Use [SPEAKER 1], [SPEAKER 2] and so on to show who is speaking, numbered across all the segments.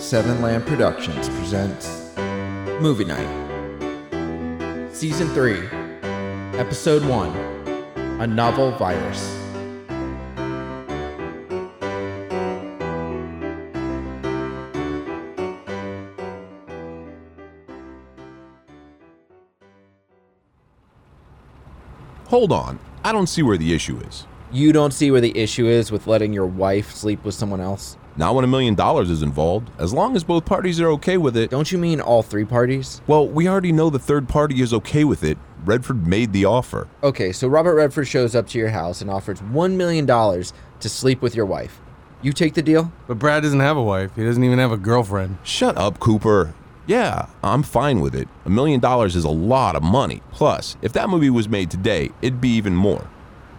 [SPEAKER 1] Seven Land Productions presents Movie Night, Season Three, Episode One: A Novel Virus.
[SPEAKER 2] Hold on. I don't see where the issue is.
[SPEAKER 1] You don't see where the issue is with letting your wife sleep with someone else?
[SPEAKER 2] Not when a million dollars is involved, as long as both parties are okay with it.
[SPEAKER 1] Don't you mean all three parties?
[SPEAKER 2] Well, we already know the third party is okay with it. Redford made the offer.
[SPEAKER 1] Okay, so Robert Redford shows up to your house and offers $1 million to sleep with your wife. You take the deal?
[SPEAKER 3] But Brad doesn't have a wife. He doesn't even have a girlfriend.
[SPEAKER 2] Shut up, Cooper. Yeah, I'm fine with it. A million dollars is a lot of money. Plus, if that movie was made today, it'd be even more.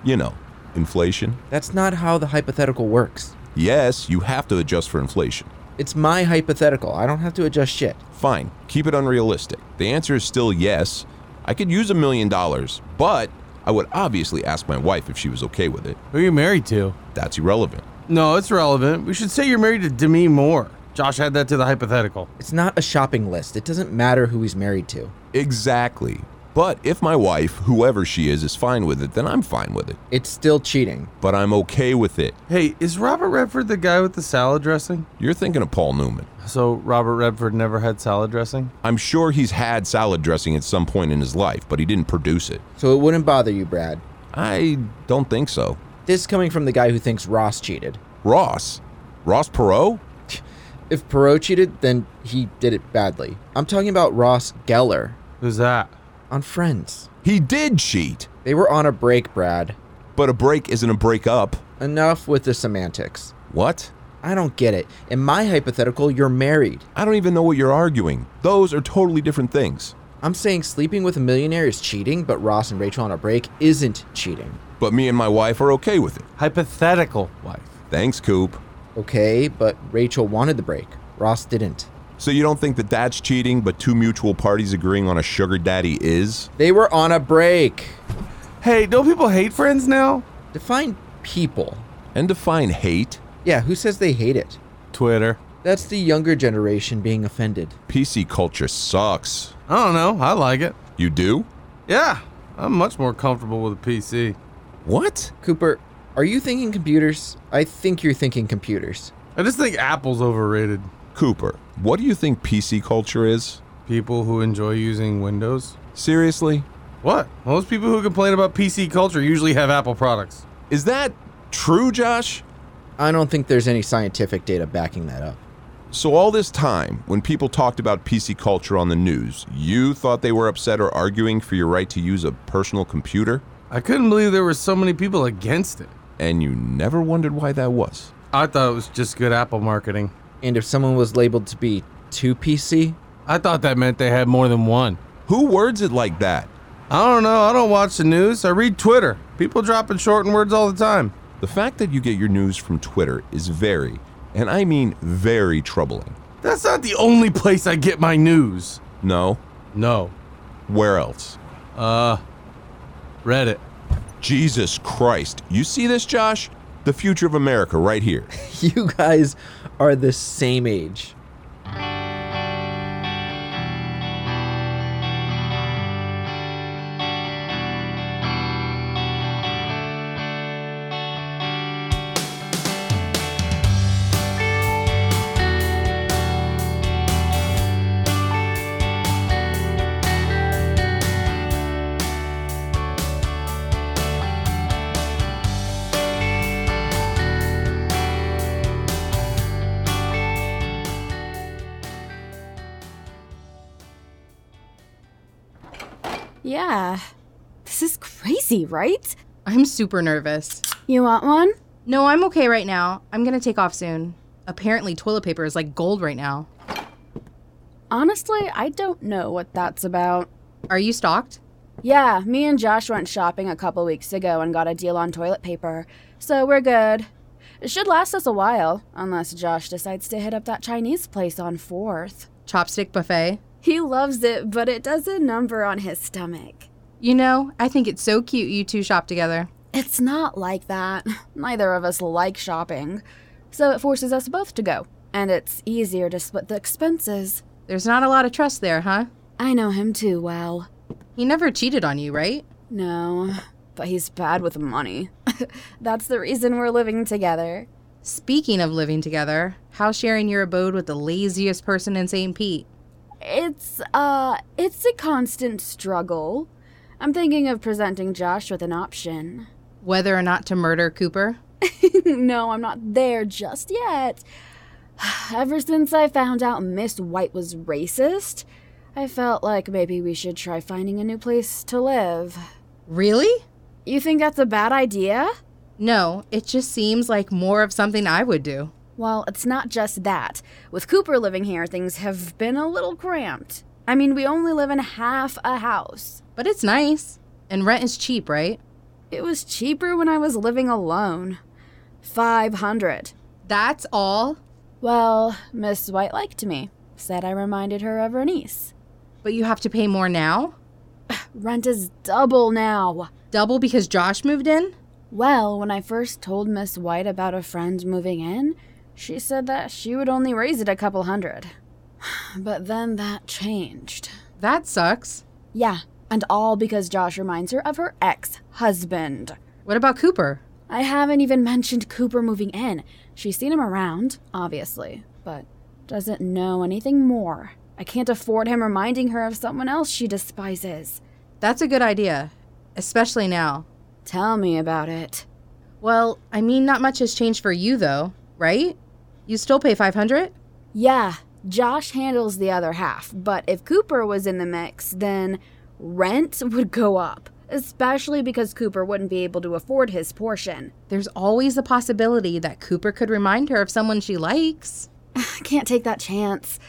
[SPEAKER 2] You know, inflation.
[SPEAKER 1] That's not how the hypothetical works.
[SPEAKER 2] Yes, you have to adjust for inflation.
[SPEAKER 1] It's my hypothetical. I don't have to adjust shit.
[SPEAKER 2] Fine, keep it unrealistic. The answer is still yes. I could use a million dollars, but I would obviously ask my wife if she was okay with it.
[SPEAKER 3] Who are you married to?
[SPEAKER 2] That's irrelevant.
[SPEAKER 3] No, it's relevant. We should say you're married to Demi Moore. Josh add that to the hypothetical.
[SPEAKER 1] It's not a shopping list. It doesn't matter who he's married to.
[SPEAKER 2] Exactly. But if my wife, whoever she is, is fine with it, then I'm fine with it.
[SPEAKER 1] It's still cheating.
[SPEAKER 2] But I'm okay with it.
[SPEAKER 3] Hey, is Robert Redford the guy with the salad dressing?
[SPEAKER 2] You're thinking of Paul Newman.
[SPEAKER 3] So Robert Redford never had salad dressing?
[SPEAKER 2] I'm sure he's had salad dressing at some point in his life, but he didn't produce it.
[SPEAKER 1] So it wouldn't bother you, Brad.
[SPEAKER 2] I don't think so.
[SPEAKER 1] This coming from the guy who thinks Ross cheated.
[SPEAKER 2] Ross? Ross Perot?
[SPEAKER 1] If Perot cheated, then he did it badly. I'm talking about Ross Geller
[SPEAKER 3] Who's that?
[SPEAKER 1] on Friends.
[SPEAKER 2] He did cheat!
[SPEAKER 1] They were on a break, Brad.
[SPEAKER 2] But a break isn't a breakup.
[SPEAKER 1] Enough with the semantics.
[SPEAKER 2] What?
[SPEAKER 1] I don't get it. In my hypothetical, you're married.
[SPEAKER 2] I don't even know what you're arguing. Those are totally different things.
[SPEAKER 1] I'm saying sleeping with a millionaire is cheating, but Ross and Rachel on a break isn't cheating.
[SPEAKER 2] But me and my wife are okay with it.
[SPEAKER 3] Hypothetical wife.
[SPEAKER 2] Thanks, Coop.
[SPEAKER 1] Okay, but Rachel wanted the break. Ross didn't.
[SPEAKER 2] So you don't think that that's cheating, but two mutual parties agreeing on a sugar daddy is?
[SPEAKER 1] They were on a break.
[SPEAKER 3] Hey, don't people hate friends now?
[SPEAKER 1] Define people.
[SPEAKER 2] And define hate?
[SPEAKER 1] Yeah, who says they hate it?
[SPEAKER 3] Twitter.
[SPEAKER 1] That's the younger generation being offended.
[SPEAKER 2] PC culture sucks.
[SPEAKER 3] I don't know. I like it.
[SPEAKER 2] You do?
[SPEAKER 3] Yeah, I'm much more comfortable with a PC.
[SPEAKER 2] What?
[SPEAKER 1] Cooper, are you thinking computers? I think you're thinking computers.
[SPEAKER 3] I just think Apple's overrated.
[SPEAKER 2] Cooper, what do you think PC culture is?
[SPEAKER 3] People who enjoy using Windows.
[SPEAKER 2] Seriously?
[SPEAKER 3] What? Most people who complain about PC culture usually have Apple products.
[SPEAKER 2] Is that true, Josh?
[SPEAKER 1] I don't think there's any scientific data backing that up.
[SPEAKER 2] So, all this time, when people talked about PC culture on the news, you thought they were upset or arguing for your right to use a personal computer?
[SPEAKER 3] I couldn't believe there were so many people against it.
[SPEAKER 2] And you never wondered why that was.
[SPEAKER 3] I thought it was just good Apple marketing.
[SPEAKER 1] And if someone was labeled to be too PC,
[SPEAKER 3] I thought that meant they had more than one.
[SPEAKER 2] Who words it like that?
[SPEAKER 3] I don't know. I don't watch the news. I read Twitter. People dropping shortened words all the time.
[SPEAKER 2] The fact that you get your news from Twitter is very, and I mean very troubling.
[SPEAKER 3] That's not the only place I get my news.
[SPEAKER 2] No?
[SPEAKER 3] No.
[SPEAKER 2] Where else?
[SPEAKER 3] Uh, Reddit.
[SPEAKER 2] Jesus Christ. You see this, Josh? The future of America right here.
[SPEAKER 1] you guys are the same age.
[SPEAKER 4] Yeah. This is crazy, right?
[SPEAKER 5] I'm super nervous.
[SPEAKER 4] You want one?
[SPEAKER 6] No, I'm okay right now. I'm gonna take off soon. Apparently, toilet paper is like gold right now.
[SPEAKER 4] Honestly, I don't know what that's about.
[SPEAKER 6] Are you stocked?
[SPEAKER 4] Yeah, me and Josh went shopping a couple weeks ago and got a deal on toilet paper, so we're good. It should last us a while, unless Josh decides to hit up that Chinese place on 4th.
[SPEAKER 6] Chopstick buffet?
[SPEAKER 4] He loves it, but it does a number on his stomach.
[SPEAKER 6] You know, I think it's so cute you two shop together.
[SPEAKER 4] It's not like that. Neither of us like shopping. So it forces us both to go, and it's easier to split the expenses.
[SPEAKER 6] There's not a lot of trust there, huh?
[SPEAKER 4] I know him too well.
[SPEAKER 6] He never cheated on you, right?
[SPEAKER 4] No, but he's bad with money. That's the reason we're living together.
[SPEAKER 6] Speaking of living together, how's sharing your abode with the laziest person in St. Pete?
[SPEAKER 4] It's uh it's a constant struggle. I'm thinking of presenting Josh with an option.
[SPEAKER 6] Whether or not to murder Cooper?
[SPEAKER 4] no, I'm not there just yet. Ever since I found out Miss White was racist, I felt like maybe we should try finding a new place to live.
[SPEAKER 6] Really?
[SPEAKER 4] You think that's a bad idea?
[SPEAKER 6] No, it just seems like more of something I would do.
[SPEAKER 4] Well, it's not just that. With Cooper living here, things have been a little cramped. I mean, we only live in half a house.
[SPEAKER 6] But it's nice. And rent is cheap, right?
[SPEAKER 4] It was cheaper when I was living alone. 500.
[SPEAKER 6] That's all.
[SPEAKER 4] Well, Miss White liked me. Said I reminded her of her niece.
[SPEAKER 6] But you have to pay more now?
[SPEAKER 4] Rent is double now.
[SPEAKER 6] Double because Josh moved in?
[SPEAKER 4] Well, when I first told Miss White about a friend moving in, she said that she would only raise it a couple hundred. But then that changed.
[SPEAKER 6] That sucks.
[SPEAKER 4] Yeah, and all because Josh reminds her of her ex husband.
[SPEAKER 6] What about Cooper?
[SPEAKER 4] I haven't even mentioned Cooper moving in. She's seen him around, obviously, but doesn't know anything more. I can't afford him reminding her of someone else she despises.
[SPEAKER 6] That's a good idea, especially now.
[SPEAKER 4] Tell me about it.
[SPEAKER 6] Well, I mean, not much has changed for you though, right? You still pay 500?
[SPEAKER 4] Yeah, Josh handles the other half, but if Cooper was in the mix, then rent would go up, especially because Cooper wouldn't be able to afford his portion.
[SPEAKER 6] There's always the possibility that Cooper could remind her of someone she likes.
[SPEAKER 4] I can't take that chance.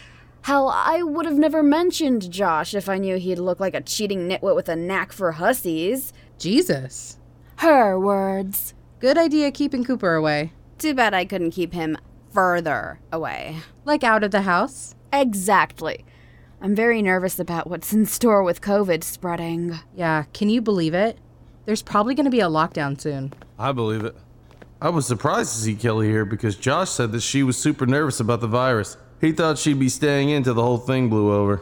[SPEAKER 4] Hell, I would have never mentioned Josh if I knew he'd look like a cheating nitwit with a knack for hussies.
[SPEAKER 6] Jesus.
[SPEAKER 4] Her words.
[SPEAKER 6] Good idea keeping Cooper away.
[SPEAKER 4] Too bad I couldn't keep him further away.
[SPEAKER 6] Like out of the house?
[SPEAKER 4] Exactly. I'm very nervous about what's in store with COVID spreading.
[SPEAKER 6] Yeah, can you believe it? There's probably going to be a lockdown soon.
[SPEAKER 3] I believe it. I was surprised to see Kelly here because Josh said that she was super nervous about the virus. He thought she'd be staying in till the whole thing blew over.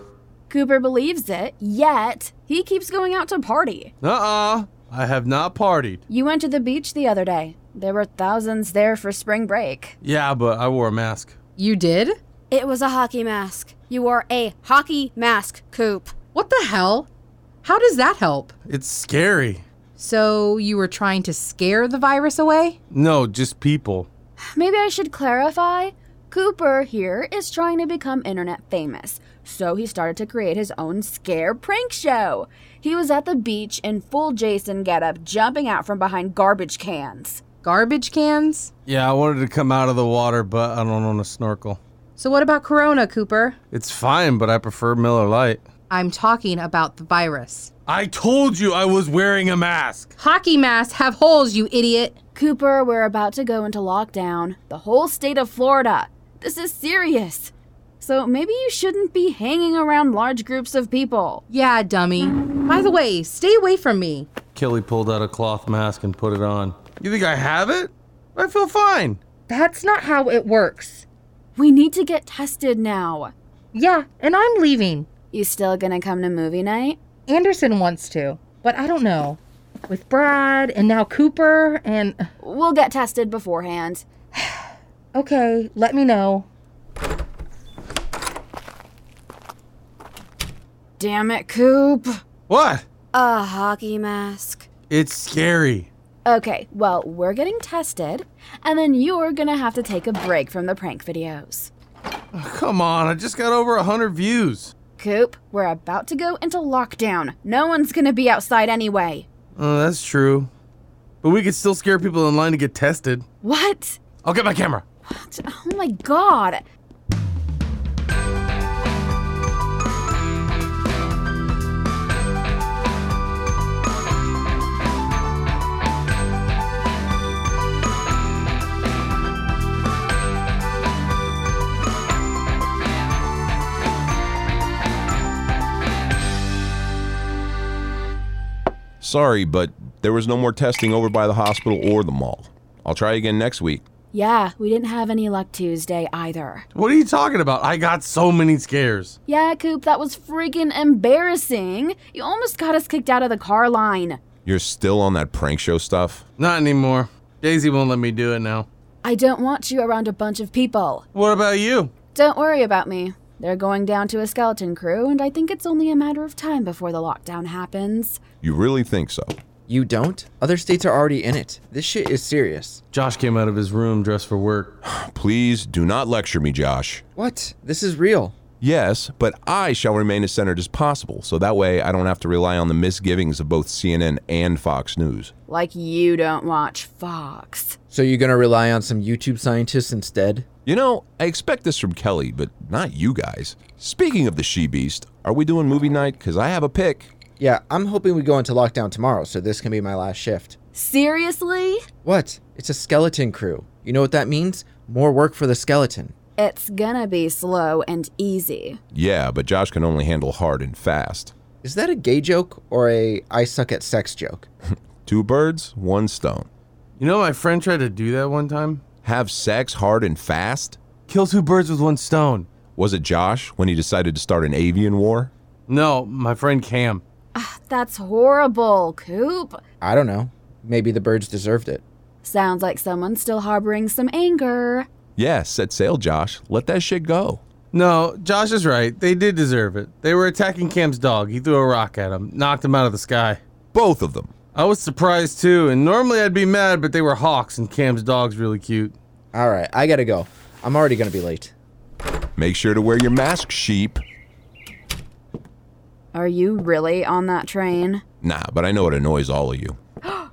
[SPEAKER 4] Cooper believes it, yet he keeps going out to party.
[SPEAKER 3] Uh uh I have not partied.
[SPEAKER 4] You went to the beach the other day. There were thousands there for spring break.
[SPEAKER 3] Yeah, but I wore a mask.
[SPEAKER 6] You did?
[SPEAKER 4] It was a hockey mask. You wore a hockey mask, Coop.
[SPEAKER 6] What the hell? How does that help?
[SPEAKER 3] It's scary.
[SPEAKER 6] So, you were trying to scare the virus away?
[SPEAKER 3] No, just people.
[SPEAKER 4] Maybe I should clarify. Cooper here is trying to become internet famous, so he started to create his own scare prank show. He was at the beach in full Jason getup, jumping out from behind garbage cans.
[SPEAKER 6] Garbage cans?
[SPEAKER 3] Yeah, I wanted to come out of the water, but I don't own a snorkel.
[SPEAKER 6] So, what about Corona, Cooper?
[SPEAKER 3] It's fine, but I prefer Miller Lite.
[SPEAKER 6] I'm talking about the virus.
[SPEAKER 3] I told you I was wearing a mask.
[SPEAKER 6] Hockey masks have holes, you idiot.
[SPEAKER 4] Cooper, we're about to go into lockdown. The whole state of Florida. This is serious. So maybe you shouldn't be hanging around large groups of people.
[SPEAKER 6] Yeah, dummy. By the way, stay away from me.
[SPEAKER 3] Kelly pulled out a cloth mask and put it on. You think I have it? I feel fine.
[SPEAKER 6] That's not how it works.
[SPEAKER 4] We need to get tested now.
[SPEAKER 6] Yeah, and I'm leaving.
[SPEAKER 4] You still gonna come to movie night?
[SPEAKER 6] Anderson wants to, but I don't know. With Brad and now Cooper and.
[SPEAKER 4] We'll get tested beforehand.
[SPEAKER 6] Okay, let me know.
[SPEAKER 4] Damn it, Coop.
[SPEAKER 3] What?
[SPEAKER 4] A hockey mask.
[SPEAKER 3] It's scary.
[SPEAKER 4] Okay, well, we're getting tested, and then you're gonna have to take a break from the prank videos.
[SPEAKER 3] Come on, I just got over a 100 views.
[SPEAKER 4] Coop, we're about to go into lockdown. No one's gonna be outside anyway.
[SPEAKER 3] Oh, that's true. But we could still scare people in line to get tested.
[SPEAKER 4] What?
[SPEAKER 3] I'll get my camera.
[SPEAKER 4] Oh my god.
[SPEAKER 2] Sorry, but there was no more testing over by the hospital or the mall. I'll try again next week.
[SPEAKER 4] Yeah, we didn't have any luck Tuesday either.
[SPEAKER 3] What are you talking about? I got so many scares.
[SPEAKER 4] Yeah, Coop, that was freaking embarrassing. You almost got us kicked out of the car line.
[SPEAKER 2] You're still on that prank show stuff?
[SPEAKER 3] Not anymore. Daisy won't let me do it now.
[SPEAKER 4] I don't want you around a bunch of people.
[SPEAKER 3] What about you?
[SPEAKER 4] Don't worry about me. They're going down to a skeleton crew, and I think it's only a matter of time before the lockdown happens.
[SPEAKER 2] You really think so?
[SPEAKER 1] You don't? Other states are already in it. This shit is serious.
[SPEAKER 3] Josh came out of his room dressed for work.
[SPEAKER 2] Please do not lecture me, Josh.
[SPEAKER 1] What? This is real.
[SPEAKER 2] Yes, but I shall remain as centered as possible, so that way I don't have to rely on the misgivings of both CNN and Fox News.
[SPEAKER 4] Like you don't watch Fox.
[SPEAKER 1] So you're gonna rely on some YouTube scientists instead?
[SPEAKER 2] You know, I expect this from Kelly, but not you guys. Speaking of the she beast, are we doing movie night? Because I have a pick.
[SPEAKER 1] Yeah, I'm hoping we go into lockdown tomorrow, so this can be my last shift.
[SPEAKER 4] Seriously?
[SPEAKER 1] What? It's a skeleton crew. You know what that means? More work for the skeleton.
[SPEAKER 4] It's gonna be slow and easy.
[SPEAKER 2] Yeah, but Josh can only handle hard and fast.
[SPEAKER 1] Is that a gay joke or a I suck at sex joke?
[SPEAKER 2] Two birds, one stone.
[SPEAKER 3] You know, my friend tried to do that one time.
[SPEAKER 2] Have sex hard and fast?
[SPEAKER 3] Kill two birds with one stone.
[SPEAKER 2] Was it Josh when he decided to start an avian war?
[SPEAKER 3] No, my friend Cam.
[SPEAKER 4] That's horrible, Coop.
[SPEAKER 1] I don't know. Maybe the birds deserved it.
[SPEAKER 4] Sounds like someone's still harboring some anger.
[SPEAKER 2] Yeah, set sail, Josh. Let that shit go.
[SPEAKER 3] No, Josh is right. They did deserve it. They were attacking Cam's dog. He threw a rock at him, knocked him out of the sky.
[SPEAKER 2] Both of them.
[SPEAKER 3] I was surprised too, and normally I'd be mad, but they were hawks, and Cam's dog's really cute.
[SPEAKER 1] All right, I gotta go. I'm already gonna be late.
[SPEAKER 2] Make sure to wear your mask, sheep.
[SPEAKER 4] Are you really on that train?
[SPEAKER 2] Nah, but I know it annoys all of you.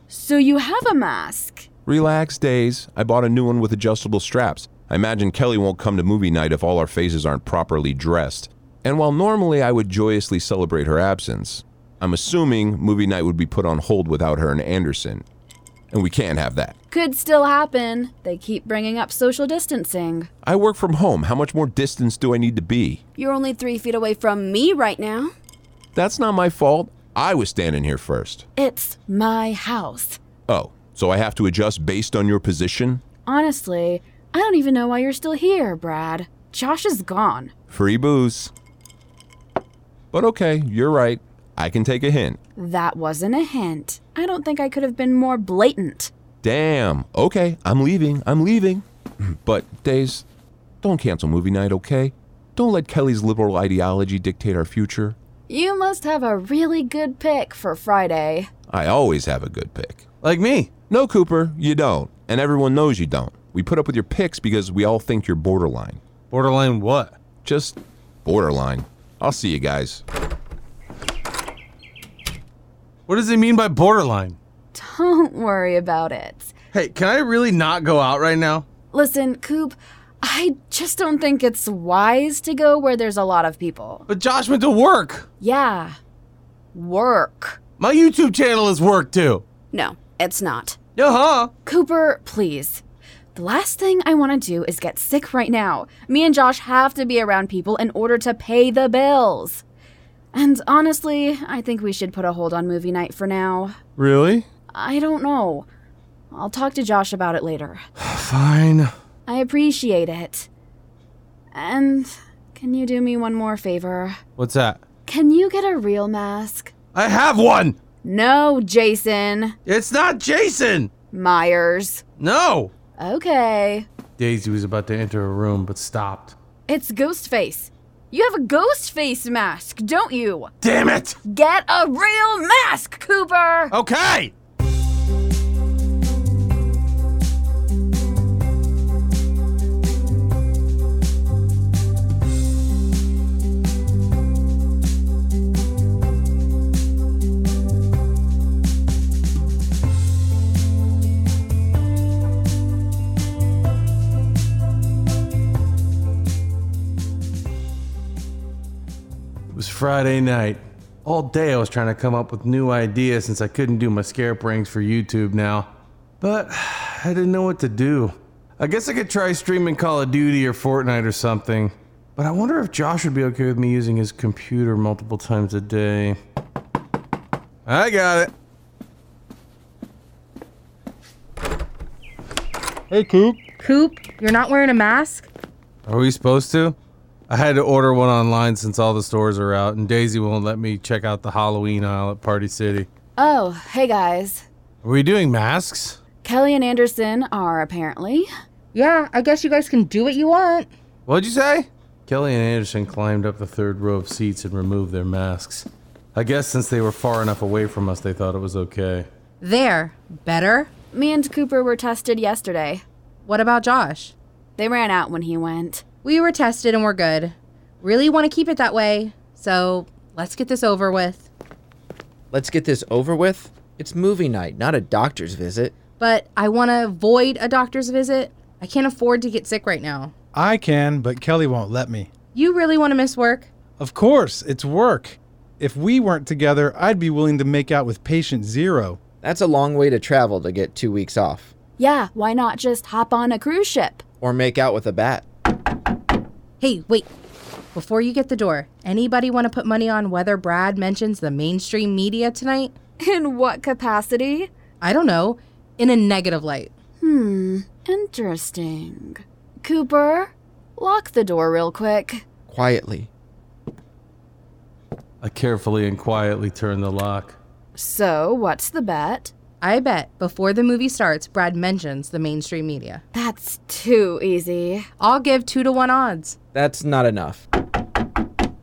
[SPEAKER 4] So you have a mask.
[SPEAKER 2] Relax, Days. I bought a new one with adjustable straps. I imagine Kelly won't come to movie night if all our faces aren't properly dressed. And while normally I would joyously celebrate her absence, I'm assuming movie night would be put on hold without her and Anderson. And we can't have that.
[SPEAKER 4] Could still happen. They keep bringing up social distancing.
[SPEAKER 2] I work from home. How much more distance do I need to be?
[SPEAKER 4] You're only three feet away from me right now.
[SPEAKER 2] That's not my fault. I was standing here first.
[SPEAKER 4] It's my house.
[SPEAKER 2] Oh, so I have to adjust based on your position?
[SPEAKER 4] Honestly, I don't even know why you're still here, Brad. Josh is gone.
[SPEAKER 2] Free booze. But okay, you're right. I can take a hint.
[SPEAKER 4] That wasn't a hint. I don't think I could have been more blatant.
[SPEAKER 2] Damn. Okay, I'm leaving. I'm leaving. But, Days, don't cancel movie night, okay? Don't let Kelly's liberal ideology dictate our future.
[SPEAKER 4] You must have a really good pick for Friday.
[SPEAKER 2] I always have a good pick.
[SPEAKER 3] Like me.
[SPEAKER 2] No, Cooper, you don't. And everyone knows you don't. We put up with your picks because we all think you're borderline.
[SPEAKER 3] Borderline what?
[SPEAKER 2] Just borderline. I'll see you guys.
[SPEAKER 3] What does he mean by borderline?
[SPEAKER 4] Don't worry about it.
[SPEAKER 3] Hey, can I really not go out right now?
[SPEAKER 4] Listen, Coop, I just don't think it's wise to go where there's a lot of people.
[SPEAKER 3] But Josh went to work.
[SPEAKER 4] Yeah. Work.
[SPEAKER 3] My YouTube channel is work too.
[SPEAKER 4] No, it's not.
[SPEAKER 3] Yeah, huh?
[SPEAKER 4] Cooper, please. The last thing I want to do is get sick right now. Me and Josh have to be around people in order to pay the bills. And honestly, I think we should put a hold on movie night for now.
[SPEAKER 3] Really?
[SPEAKER 4] I don't know. I'll talk to Josh about it later.
[SPEAKER 3] Fine.
[SPEAKER 4] I appreciate it. And can you do me one more favor?
[SPEAKER 3] What's that?
[SPEAKER 4] Can you get a real mask?
[SPEAKER 3] I have one.
[SPEAKER 4] No, Jason.
[SPEAKER 3] It's not Jason.
[SPEAKER 4] Myers.
[SPEAKER 3] No.
[SPEAKER 4] Okay.
[SPEAKER 3] Daisy was about to enter a room but stopped.
[SPEAKER 4] It's Ghostface. You have a ghost face mask, don't you?
[SPEAKER 3] Damn it.
[SPEAKER 4] Get a real mask, Cooper!
[SPEAKER 3] Okay. Friday night. All day I was trying to come up with new ideas since I couldn't do my scare pranks for YouTube now. But I didn't know what to do. I guess I could try streaming Call of Duty or Fortnite or something. But I wonder if Josh would be okay with me using his computer multiple times a day. I got it.
[SPEAKER 6] Hey, Coop.
[SPEAKER 5] Coop, you're not wearing a mask?
[SPEAKER 3] Are we supposed to? I had to order one online since all the stores are out, and Daisy won't let me check out the Halloween aisle at Party City.
[SPEAKER 4] Oh, hey guys.
[SPEAKER 3] Are we doing masks?
[SPEAKER 4] Kelly and Anderson are apparently.
[SPEAKER 5] Yeah, I guess you guys can do what you want.
[SPEAKER 3] What'd you say? Kelly and Anderson climbed up the third row of seats and removed their masks. I guess since they were far enough away from us, they thought it was okay.
[SPEAKER 6] There. Better?
[SPEAKER 4] Me and Cooper were tested yesterday.
[SPEAKER 6] What about Josh?
[SPEAKER 4] They ran out when he went.
[SPEAKER 6] We were tested and we're good. Really want to keep it that way, so let's get this over with.
[SPEAKER 1] Let's get this over with. It's movie night, not a doctor's visit.
[SPEAKER 6] But I want to avoid a doctor's visit. I can't afford to get sick right now.
[SPEAKER 7] I can, but Kelly won't let me.
[SPEAKER 6] You really want to miss work?
[SPEAKER 7] Of course, it's work. If we weren't together, I'd be willing to make out with patient zero.
[SPEAKER 1] That's a long way to travel to get two weeks off.
[SPEAKER 4] Yeah, why not just hop on a cruise ship?
[SPEAKER 1] Or make out with a bat.
[SPEAKER 6] Hey, wait. Before you get the door, anybody want to put money on whether Brad mentions the mainstream media tonight?
[SPEAKER 4] In what capacity?
[SPEAKER 6] I don't know, in a negative light.
[SPEAKER 4] Hmm, interesting. Cooper, lock the door real quick.
[SPEAKER 1] Quietly.
[SPEAKER 3] I carefully and quietly turned the lock.
[SPEAKER 4] So, what's the bet?
[SPEAKER 6] I bet before the movie starts, Brad mentions the mainstream media.
[SPEAKER 4] That's too easy.
[SPEAKER 6] I'll give two to one odds.
[SPEAKER 1] That's not enough.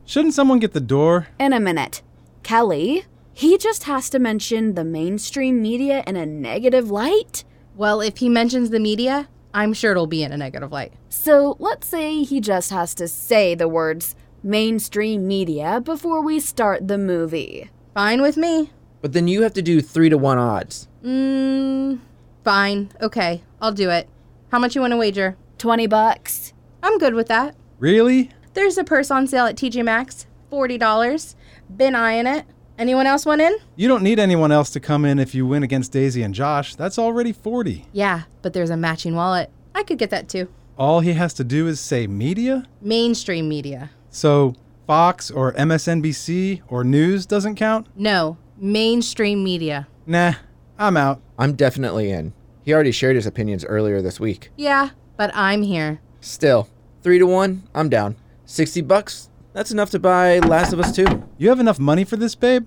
[SPEAKER 7] Shouldn't someone get the door?
[SPEAKER 4] In a minute. Kelly, he just has to mention the mainstream media in a negative light?
[SPEAKER 6] Well, if he mentions the media, I'm sure it'll be in a negative light.
[SPEAKER 4] So, let's say he just has to say the words mainstream media before we start the movie.
[SPEAKER 6] Fine with me.
[SPEAKER 1] But then you have to do three to one odds.
[SPEAKER 6] Mmm, fine. Okay, I'll do it. How much you want to wager?
[SPEAKER 4] 20 bucks.
[SPEAKER 6] I'm good with that.
[SPEAKER 7] Really?
[SPEAKER 6] There's a purse on sale at TJ Maxx, $40. Been eyeing it. Anyone else want in?
[SPEAKER 7] You don't need anyone else to come in if you win against Daisy and Josh. That's already 40.
[SPEAKER 6] Yeah, but there's a matching wallet. I could get that too.
[SPEAKER 7] All he has to do is say media?
[SPEAKER 6] Mainstream media.
[SPEAKER 7] So, Fox or MSNBC or news doesn't count?
[SPEAKER 6] No, mainstream media.
[SPEAKER 7] Nah, I'm out.
[SPEAKER 1] I'm definitely in. He already shared his opinions earlier this week.
[SPEAKER 6] Yeah, but I'm here.
[SPEAKER 1] Still, three to one, I'm down. 60 bucks, that's enough to buy Last of Us 2.
[SPEAKER 7] You have enough money for this, babe?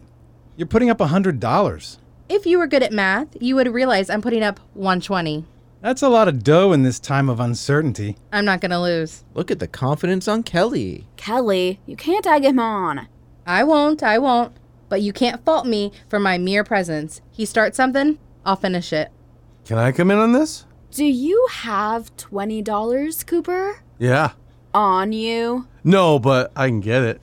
[SPEAKER 7] You're putting up a $100.
[SPEAKER 6] If you were good at math, you would realize I'm putting up 120.
[SPEAKER 7] That's a lot of dough in this time of uncertainty.
[SPEAKER 6] I'm not gonna lose.
[SPEAKER 1] Look at the confidence on Kelly.
[SPEAKER 4] Kelly, you can't egg him on.
[SPEAKER 6] I won't, I won't. But you can't fault me for my mere presence. He starts something, I'll finish it.
[SPEAKER 3] Can I come in on this?
[SPEAKER 4] Do you have $20, Cooper?
[SPEAKER 3] Yeah.
[SPEAKER 4] On you?
[SPEAKER 3] No, but I can get it.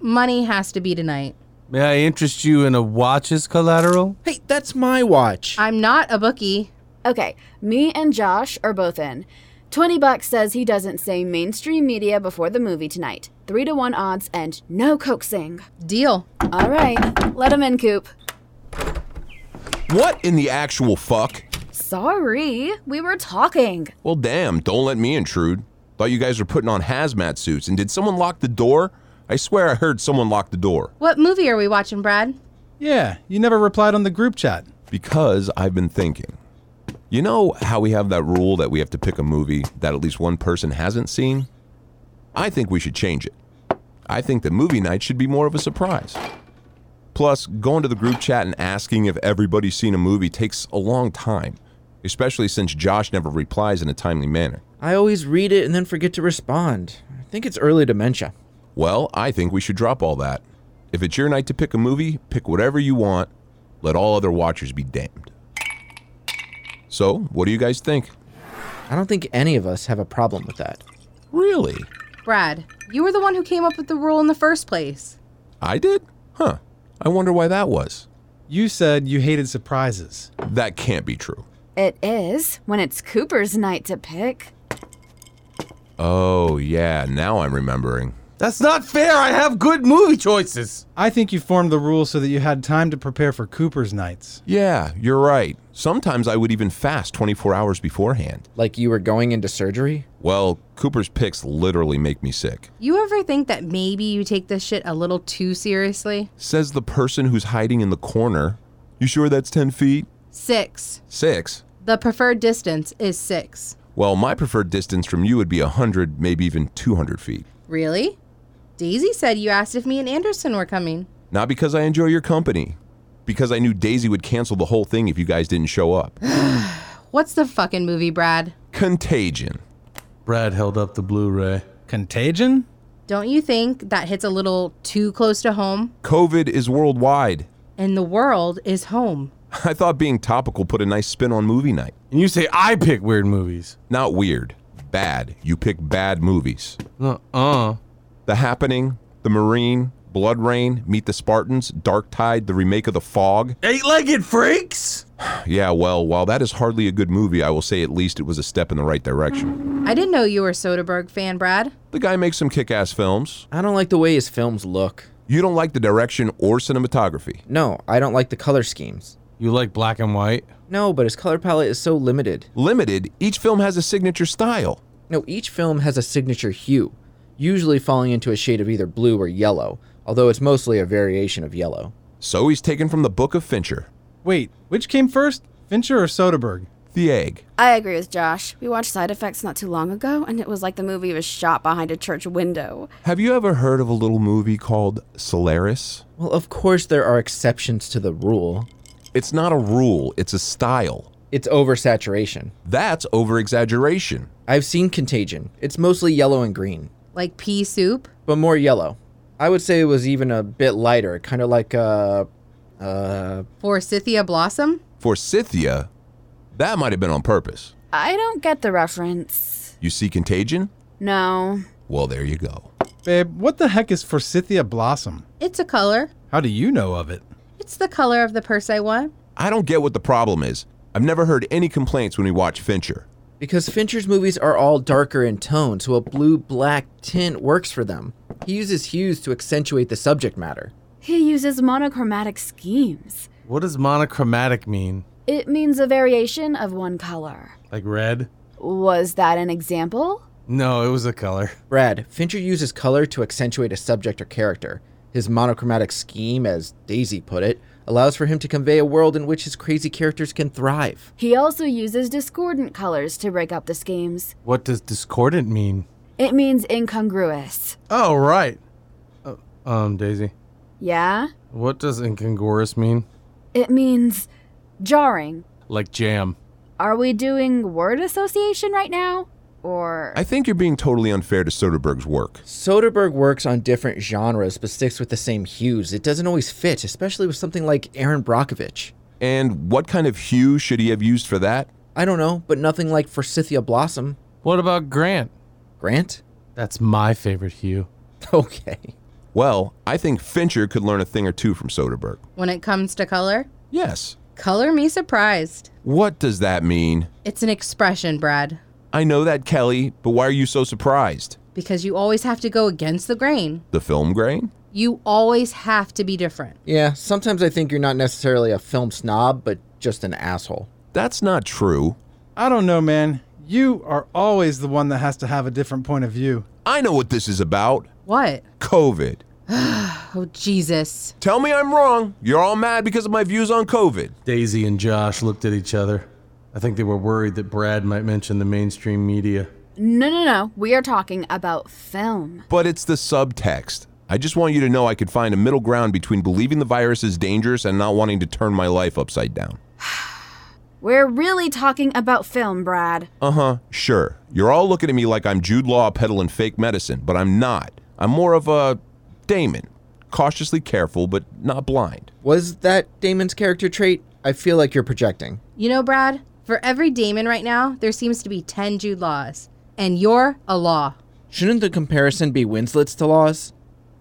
[SPEAKER 6] Money has to be tonight.
[SPEAKER 3] May I interest you in a watch's collateral?
[SPEAKER 1] Hey, that's my watch.
[SPEAKER 6] I'm not a bookie.
[SPEAKER 4] Okay, me and Josh are both in. 20 bucks says he doesn't say mainstream media before the movie tonight. 3 to 1 odds and no coaxing.
[SPEAKER 6] Deal.
[SPEAKER 4] All right, let him in, Coop.
[SPEAKER 2] What in the actual fuck?
[SPEAKER 4] Sorry, we were talking.
[SPEAKER 2] Well, damn, don't let me intrude. Thought you guys were putting on hazmat suits, and did someone lock the door? I swear I heard someone lock the door.
[SPEAKER 6] What movie are we watching, Brad?
[SPEAKER 7] Yeah, you never replied on the group chat.
[SPEAKER 2] Because I've been thinking. You know how we have that rule that we have to pick a movie that at least one person hasn't seen? I think we should change it. I think that movie night should be more of a surprise. Plus, going to the group chat and asking if everybody's seen a movie takes a long time, especially since Josh never replies in a timely manner.
[SPEAKER 1] I always read it and then forget to respond. I think it's early dementia.
[SPEAKER 2] Well, I think we should drop all that. If it's your night to pick a movie, pick whatever you want. Let all other watchers be damned. So, what do you guys think?
[SPEAKER 1] I don't think any of us have a problem with that.
[SPEAKER 2] Really?
[SPEAKER 6] Brad, you were the one who came up with the rule in the first place.
[SPEAKER 2] I did? Huh. I wonder why that was.
[SPEAKER 7] You said you hated surprises.
[SPEAKER 2] That can't be true.
[SPEAKER 4] It is when it's Cooper's night to pick.
[SPEAKER 2] Oh, yeah, now I'm remembering.
[SPEAKER 3] That's not fair. I have good movie choices.
[SPEAKER 7] I think you formed the rule so that you had time to prepare for Cooper's nights.
[SPEAKER 2] Yeah, you're right. Sometimes I would even fast 24 hours beforehand.
[SPEAKER 1] Like you were going into surgery?
[SPEAKER 2] Well, Cooper's picks literally make me sick,
[SPEAKER 6] You ever think that maybe you take this shit a little too seriously?
[SPEAKER 2] says the person who's hiding in the corner. You sure that's 10 feet?
[SPEAKER 6] Six.
[SPEAKER 2] Six.
[SPEAKER 6] The preferred distance is six.
[SPEAKER 2] Well, my preferred distance from you would be 100, maybe even 200 feet.
[SPEAKER 6] Really? Daisy said you asked if me and Anderson were coming.
[SPEAKER 2] Not because I enjoy your company, because I knew Daisy would cancel the whole thing if you guys didn't show up.
[SPEAKER 6] What's the fucking movie, Brad?
[SPEAKER 2] Contagion.
[SPEAKER 3] Brad held up the Blu ray.
[SPEAKER 7] Contagion?
[SPEAKER 6] Don't you think that hits a little too close to home?
[SPEAKER 2] COVID is worldwide.
[SPEAKER 6] And the world is home.
[SPEAKER 2] I thought being topical put a nice spin on movie night.
[SPEAKER 3] And you say I pick weird movies.
[SPEAKER 2] Not weird, bad. You pick bad movies.
[SPEAKER 3] Uh uh.
[SPEAKER 2] The Happening, The Marine, Blood Rain, Meet the Spartans, Dark Tide, the remake of The Fog.
[SPEAKER 3] Eight legged freaks?
[SPEAKER 2] Yeah, well, while that is hardly a good movie, I will say at least it was a step in the right direction.
[SPEAKER 6] I didn't know you were a Soderbergh fan, Brad.
[SPEAKER 2] The guy makes some kick ass films.
[SPEAKER 1] I don't like the way his films look.
[SPEAKER 2] You don't like the direction or cinematography.
[SPEAKER 1] No, I don't like the color schemes.
[SPEAKER 3] You like black and white?
[SPEAKER 1] No, but his color palette is so limited.
[SPEAKER 2] Limited, each film has a signature style.
[SPEAKER 1] No, each film has a signature hue, usually falling into a shade of either blue or yellow, although it's mostly a variation of yellow.
[SPEAKER 2] So he's taken from the Book of Fincher,
[SPEAKER 7] Wait, which came first, Fincher or Soderbergh?
[SPEAKER 2] The Egg.
[SPEAKER 4] I agree with Josh. We watched Side Effects not too long ago, and it was like the movie was shot behind a church window.
[SPEAKER 2] Have you ever heard of a little movie called Solaris?
[SPEAKER 1] Well, of course, there are exceptions to the rule.
[SPEAKER 2] It's not a rule, it's a style.
[SPEAKER 1] It's oversaturation.
[SPEAKER 2] That's over exaggeration.
[SPEAKER 1] I've seen Contagion. It's mostly yellow and green,
[SPEAKER 6] Like pea soup?
[SPEAKER 1] but more yellow. I would say it was even a bit lighter, kind of like uh, uh,
[SPEAKER 6] Forsythia blossom?
[SPEAKER 2] For Scythia, that might have been on purpose.
[SPEAKER 4] I don't get the reference.
[SPEAKER 2] You see Contagion?
[SPEAKER 4] No.
[SPEAKER 2] Well, there you go.
[SPEAKER 7] Babe, what the heck is Forsythia Blossom?
[SPEAKER 6] It's a color.
[SPEAKER 7] How do you know of it?
[SPEAKER 6] It's the color of the purse I want.
[SPEAKER 2] I don't get what the problem is. I've never heard any complaints when we watch Fincher.
[SPEAKER 1] Because Fincher's movies are all darker in tone, so a blue black tint works for them. He uses hues to accentuate the subject matter.
[SPEAKER 4] He uses monochromatic schemes.
[SPEAKER 3] What does monochromatic mean?
[SPEAKER 4] It means a variation of one color.
[SPEAKER 3] Like red?
[SPEAKER 4] Was that an example?
[SPEAKER 3] No, it was a color.
[SPEAKER 1] Brad, Fincher uses color to accentuate a subject or character. His monochromatic scheme, as Daisy put it, allows for him to convey a world in which his crazy characters can thrive.
[SPEAKER 4] He also uses discordant colors to break up the schemes.
[SPEAKER 3] What does discordant mean?
[SPEAKER 4] It means incongruous.
[SPEAKER 3] Oh, right. Uh, um, Daisy.
[SPEAKER 4] Yeah?
[SPEAKER 3] What does incongruous mean?
[SPEAKER 4] It means jarring.
[SPEAKER 3] Like jam.
[SPEAKER 4] Are we doing word association right now? Or
[SPEAKER 2] I think you're being totally unfair to Soderbergh's work.
[SPEAKER 1] Soderbergh works on different genres but sticks with the same hues. It doesn't always fit, especially with something like Aaron Brockovich.
[SPEAKER 2] And what kind of hue should he have used for that?
[SPEAKER 1] I don't know, but nothing like Forsythia Blossom.
[SPEAKER 3] What about Grant?
[SPEAKER 1] Grant?
[SPEAKER 3] That's my favorite hue.
[SPEAKER 1] Okay.
[SPEAKER 2] Well, I think Fincher could learn a thing or two from Soderbergh.
[SPEAKER 6] When it comes to color,
[SPEAKER 2] Yes.
[SPEAKER 6] color me surprised.
[SPEAKER 2] What does that mean?
[SPEAKER 6] It's an expression, Brad,
[SPEAKER 2] I know that, Kelly, but why are you so surprised?
[SPEAKER 6] because you always have to go against the grain.
[SPEAKER 2] The film grain?
[SPEAKER 6] You always have to be different.
[SPEAKER 1] Yeah, sometimes I think you're not necessarily a film snob, but just an asshole.
[SPEAKER 2] That's not true.
[SPEAKER 7] I don't know, man. You are always the one that has to have a different point of view.
[SPEAKER 2] I know what this is about
[SPEAKER 6] What?
[SPEAKER 2] COVID.
[SPEAKER 6] Oh, Jesus.
[SPEAKER 2] Tell me I'm wrong. You're all mad because of my views on COVID.
[SPEAKER 3] Daisy and Josh looked at each other. I think they were worried that Brad might mention the mainstream media.
[SPEAKER 4] no, no, no. We are talking about film.
[SPEAKER 2] But it's the subtext. I just want you to know I could find a middle ground between believing the virus is dangerous and not wanting to turn my life upside down.
[SPEAKER 4] We're really talking about film, Brad.
[SPEAKER 2] Uh huh, sure. You're all looking at me like I'm Jude Law peddling fake medicine, but I'm not. I'm more of a Damon. Cautiously careful, but not blind.
[SPEAKER 1] Was that Damon's character trait? I feel like you're projecting.
[SPEAKER 6] You know, Brad, for every Damon right now, there seems to be 10 Jude Laws, and you're a law.
[SPEAKER 1] Shouldn't the comparison be Winslet's to Laws?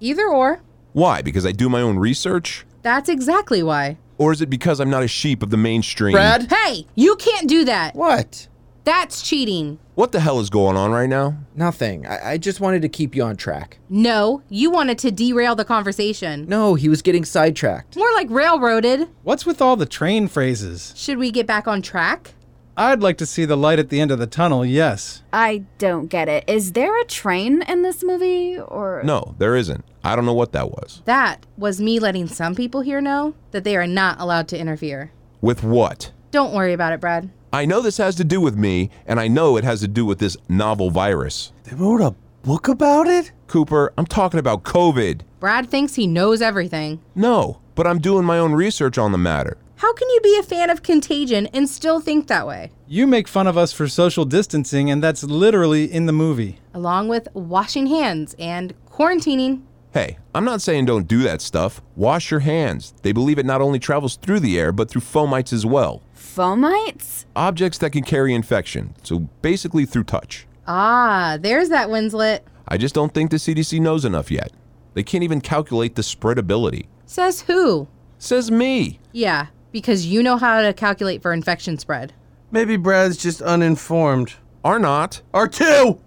[SPEAKER 6] Either or.
[SPEAKER 2] Why? Because I do my own research?
[SPEAKER 6] That's exactly why.
[SPEAKER 2] Or is it because I'm not a sheep of the mainstream?
[SPEAKER 1] Brad?
[SPEAKER 6] Hey, you can't do that.
[SPEAKER 1] What?
[SPEAKER 6] That's cheating.
[SPEAKER 2] What the hell is going on right now?
[SPEAKER 1] Nothing. I, I just wanted to keep you on track.
[SPEAKER 6] No, you wanted to derail the conversation.
[SPEAKER 1] No, he was getting sidetracked.
[SPEAKER 6] More like railroaded.
[SPEAKER 7] What's with all the train phrases?
[SPEAKER 6] Should we get back on track?
[SPEAKER 7] I'd like to see the light at the end of the tunnel, yes.
[SPEAKER 4] I don't get it. Is there a train in this movie or
[SPEAKER 2] No, there isn't. I don't know what that was.
[SPEAKER 6] That was me letting some people here know that they are not allowed to interfere.
[SPEAKER 2] With what?
[SPEAKER 6] Don't worry about it, Brad.
[SPEAKER 2] I know this has to do with me, and I know it has to do with this novel virus.
[SPEAKER 3] They wrote a book about it?
[SPEAKER 2] Cooper, I'm talking about COVID.
[SPEAKER 6] Brad thinks he knows everything.
[SPEAKER 2] No, but I'm doing my own research on the matter.
[SPEAKER 6] How can you be a fan of Contagion and still think that way?
[SPEAKER 7] You make fun of us for social distancing, and that's literally in the movie.
[SPEAKER 6] Along with washing hands and quarantining.
[SPEAKER 2] Hey, I'm not saying don't do that stuff. Wash your hands. They believe it not only travels through the air, but through fomites as well.
[SPEAKER 4] fomites?
[SPEAKER 2] Objects that can carry infection, so basically through touch.
[SPEAKER 6] Ah, there's that Winslet.
[SPEAKER 2] I just don't think the CDC knows enough yet. They can't even calculate the spreadability.
[SPEAKER 6] Says who?
[SPEAKER 2] Says me.
[SPEAKER 6] Yeah, because you know how to calculate for infection spread.
[SPEAKER 3] Maybe Brad's just uninformed.
[SPEAKER 2] Are not.
[SPEAKER 3] R2!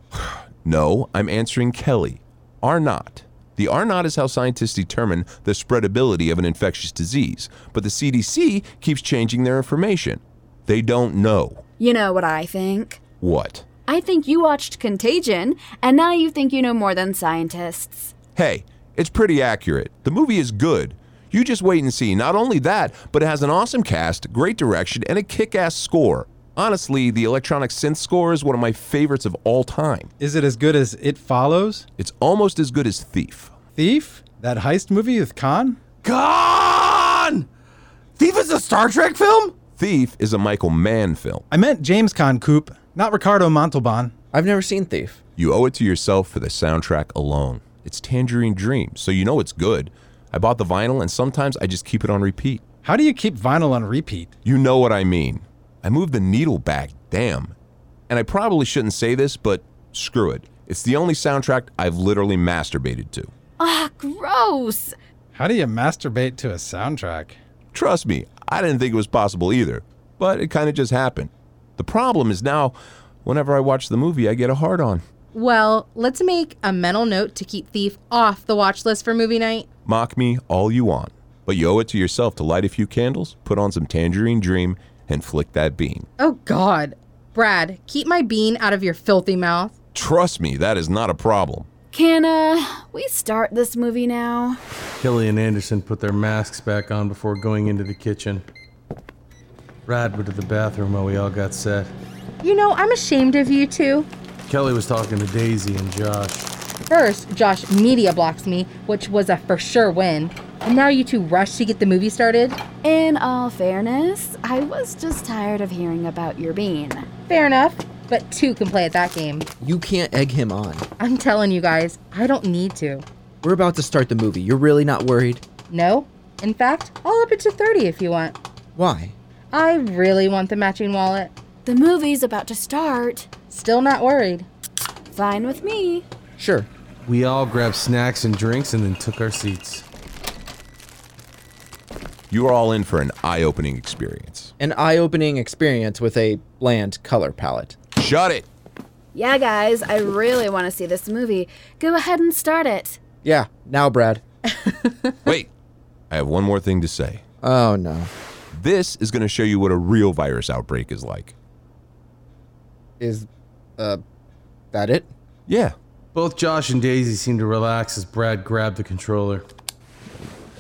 [SPEAKER 2] No, I'm answering Kelly. R naught. The R naught is how scientists determine the spreadability of an infectious disease, but the CDC keeps changing their information. They don't know.
[SPEAKER 4] You know what I think?
[SPEAKER 2] What?
[SPEAKER 4] I think you watched Contagion and now you think you know more than scientists.
[SPEAKER 2] Hey, it's pretty accurate. The movie is good. You just wait and see. Not only that, but it has an awesome cast, great direction, and a kick ass score. Honestly, the electronic synth score is one of my favorites of all time.
[SPEAKER 7] Is it as good as It Follows?
[SPEAKER 2] It's almost as good as Thief.
[SPEAKER 7] Thief? That heist movie with Khan?
[SPEAKER 3] Gone! Thief is a Star Trek film?
[SPEAKER 2] Thief is a Michael Mann film.
[SPEAKER 7] I meant James Khan Coop, not Ricardo Montalban.
[SPEAKER 1] I've never seen Thief.
[SPEAKER 2] You owe it to yourself for the soundtrack alone. It's Tangerine Dream, so you know it's good. I bought the vinyl and sometimes I just keep it on repeat.
[SPEAKER 7] How do you keep vinyl on repeat?
[SPEAKER 2] You know what I mean. I moved the needle back, damn. And I probably shouldn't say this, but screw it. It's the only soundtrack I've literally masturbated to.
[SPEAKER 4] Ah, gross.
[SPEAKER 7] How do you masturbate to a soundtrack?
[SPEAKER 2] Trust me, I didn't think it was possible either, but it kind of just happened. The problem is now, whenever I watch the movie, I get a hard on.
[SPEAKER 6] Well, let's make a mental note to keep Thief off the watch list for movie night.
[SPEAKER 2] Mock me all you want, but you owe it to yourself to light a few candles, put on some Tangerine Dream, and flick that bean.
[SPEAKER 6] Oh, God. Brad, keep my bean out of your filthy mouth.
[SPEAKER 2] Trust me, that is not a problem.
[SPEAKER 4] Can uh we start this movie now?
[SPEAKER 3] Kelly and Anderson put their masks back on before going into the kitchen. Brad went to the bathroom while we all got set.
[SPEAKER 5] You know, I'm ashamed of you two.
[SPEAKER 3] Kelly was talking to Daisy and Josh.
[SPEAKER 6] First, Josh media blocks me, which was a for sure win. And now you two rush to get the movie started?
[SPEAKER 4] In all fairness, I was just tired of hearing about your bean.
[SPEAKER 6] Fair enough, but two can play at that game.
[SPEAKER 1] You can't egg him on.
[SPEAKER 6] I'm telling you guys, I don't need to.
[SPEAKER 1] We're about to start the movie. You're really not worried?
[SPEAKER 6] No? In fact, I'll up it to 30 if you want.
[SPEAKER 1] Why?
[SPEAKER 6] I really want the matching wallet.
[SPEAKER 4] The movie's about to start.
[SPEAKER 6] Still not worried.
[SPEAKER 4] Fine with me.
[SPEAKER 1] Sure.
[SPEAKER 3] We all grabbed snacks and drinks and then took our seats.
[SPEAKER 2] You are all in for an eye opening experience.
[SPEAKER 1] An eye opening experience with a bland color palette.
[SPEAKER 2] Shut it!
[SPEAKER 4] Yeah, guys, I really want to see this movie. Go ahead and start it.
[SPEAKER 1] Yeah, now, Brad.
[SPEAKER 2] Wait! I have one more thing to say.
[SPEAKER 1] Oh, no.
[SPEAKER 2] This is going to show you what a real virus outbreak is like.
[SPEAKER 1] Is, uh, that it?
[SPEAKER 2] Yeah.
[SPEAKER 3] Both Josh and Daisy seemed to relax as Brad grabbed the controller.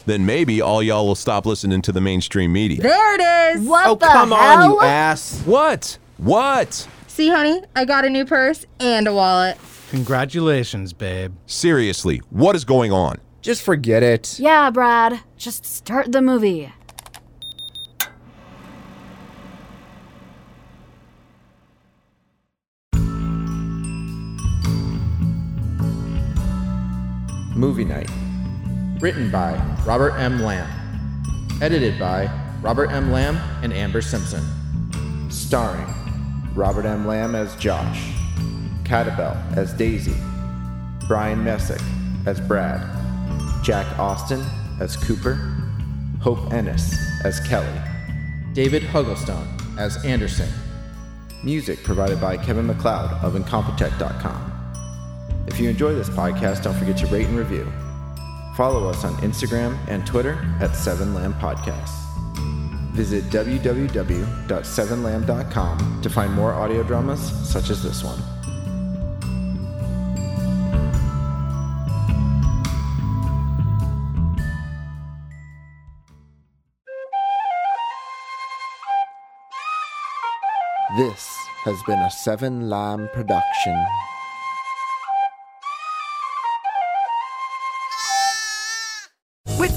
[SPEAKER 2] Then maybe all y'all will stop listening to the mainstream media.
[SPEAKER 6] There it is!
[SPEAKER 4] What
[SPEAKER 1] oh,
[SPEAKER 4] the
[SPEAKER 1] come
[SPEAKER 4] hell?
[SPEAKER 1] on, you ass.
[SPEAKER 2] What? What?
[SPEAKER 6] See, honey, I got a new purse and a wallet.
[SPEAKER 7] Congratulations, babe.
[SPEAKER 2] Seriously, what is going on?
[SPEAKER 1] Just forget it.
[SPEAKER 4] yeah, Brad, just start the movie.
[SPEAKER 1] Movie Night. Written by Robert M. Lamb. Edited by Robert M. Lamb and Amber Simpson. Starring Robert M. Lamb as Josh, Catabel as Daisy, Brian Messick as Brad, Jack Austin as Cooper, Hope Ennis as Kelly, David Hugglestone as Anderson, Music provided by Kevin McLeod of Incompetech.com. If you enjoy this podcast, don't forget to rate and review. Follow us on Instagram and Twitter at Seven Lamb Podcasts. Visit www.sevenlamb.com to find more audio dramas such as this one. This has been a Seven Lamb production.
[SPEAKER 8] With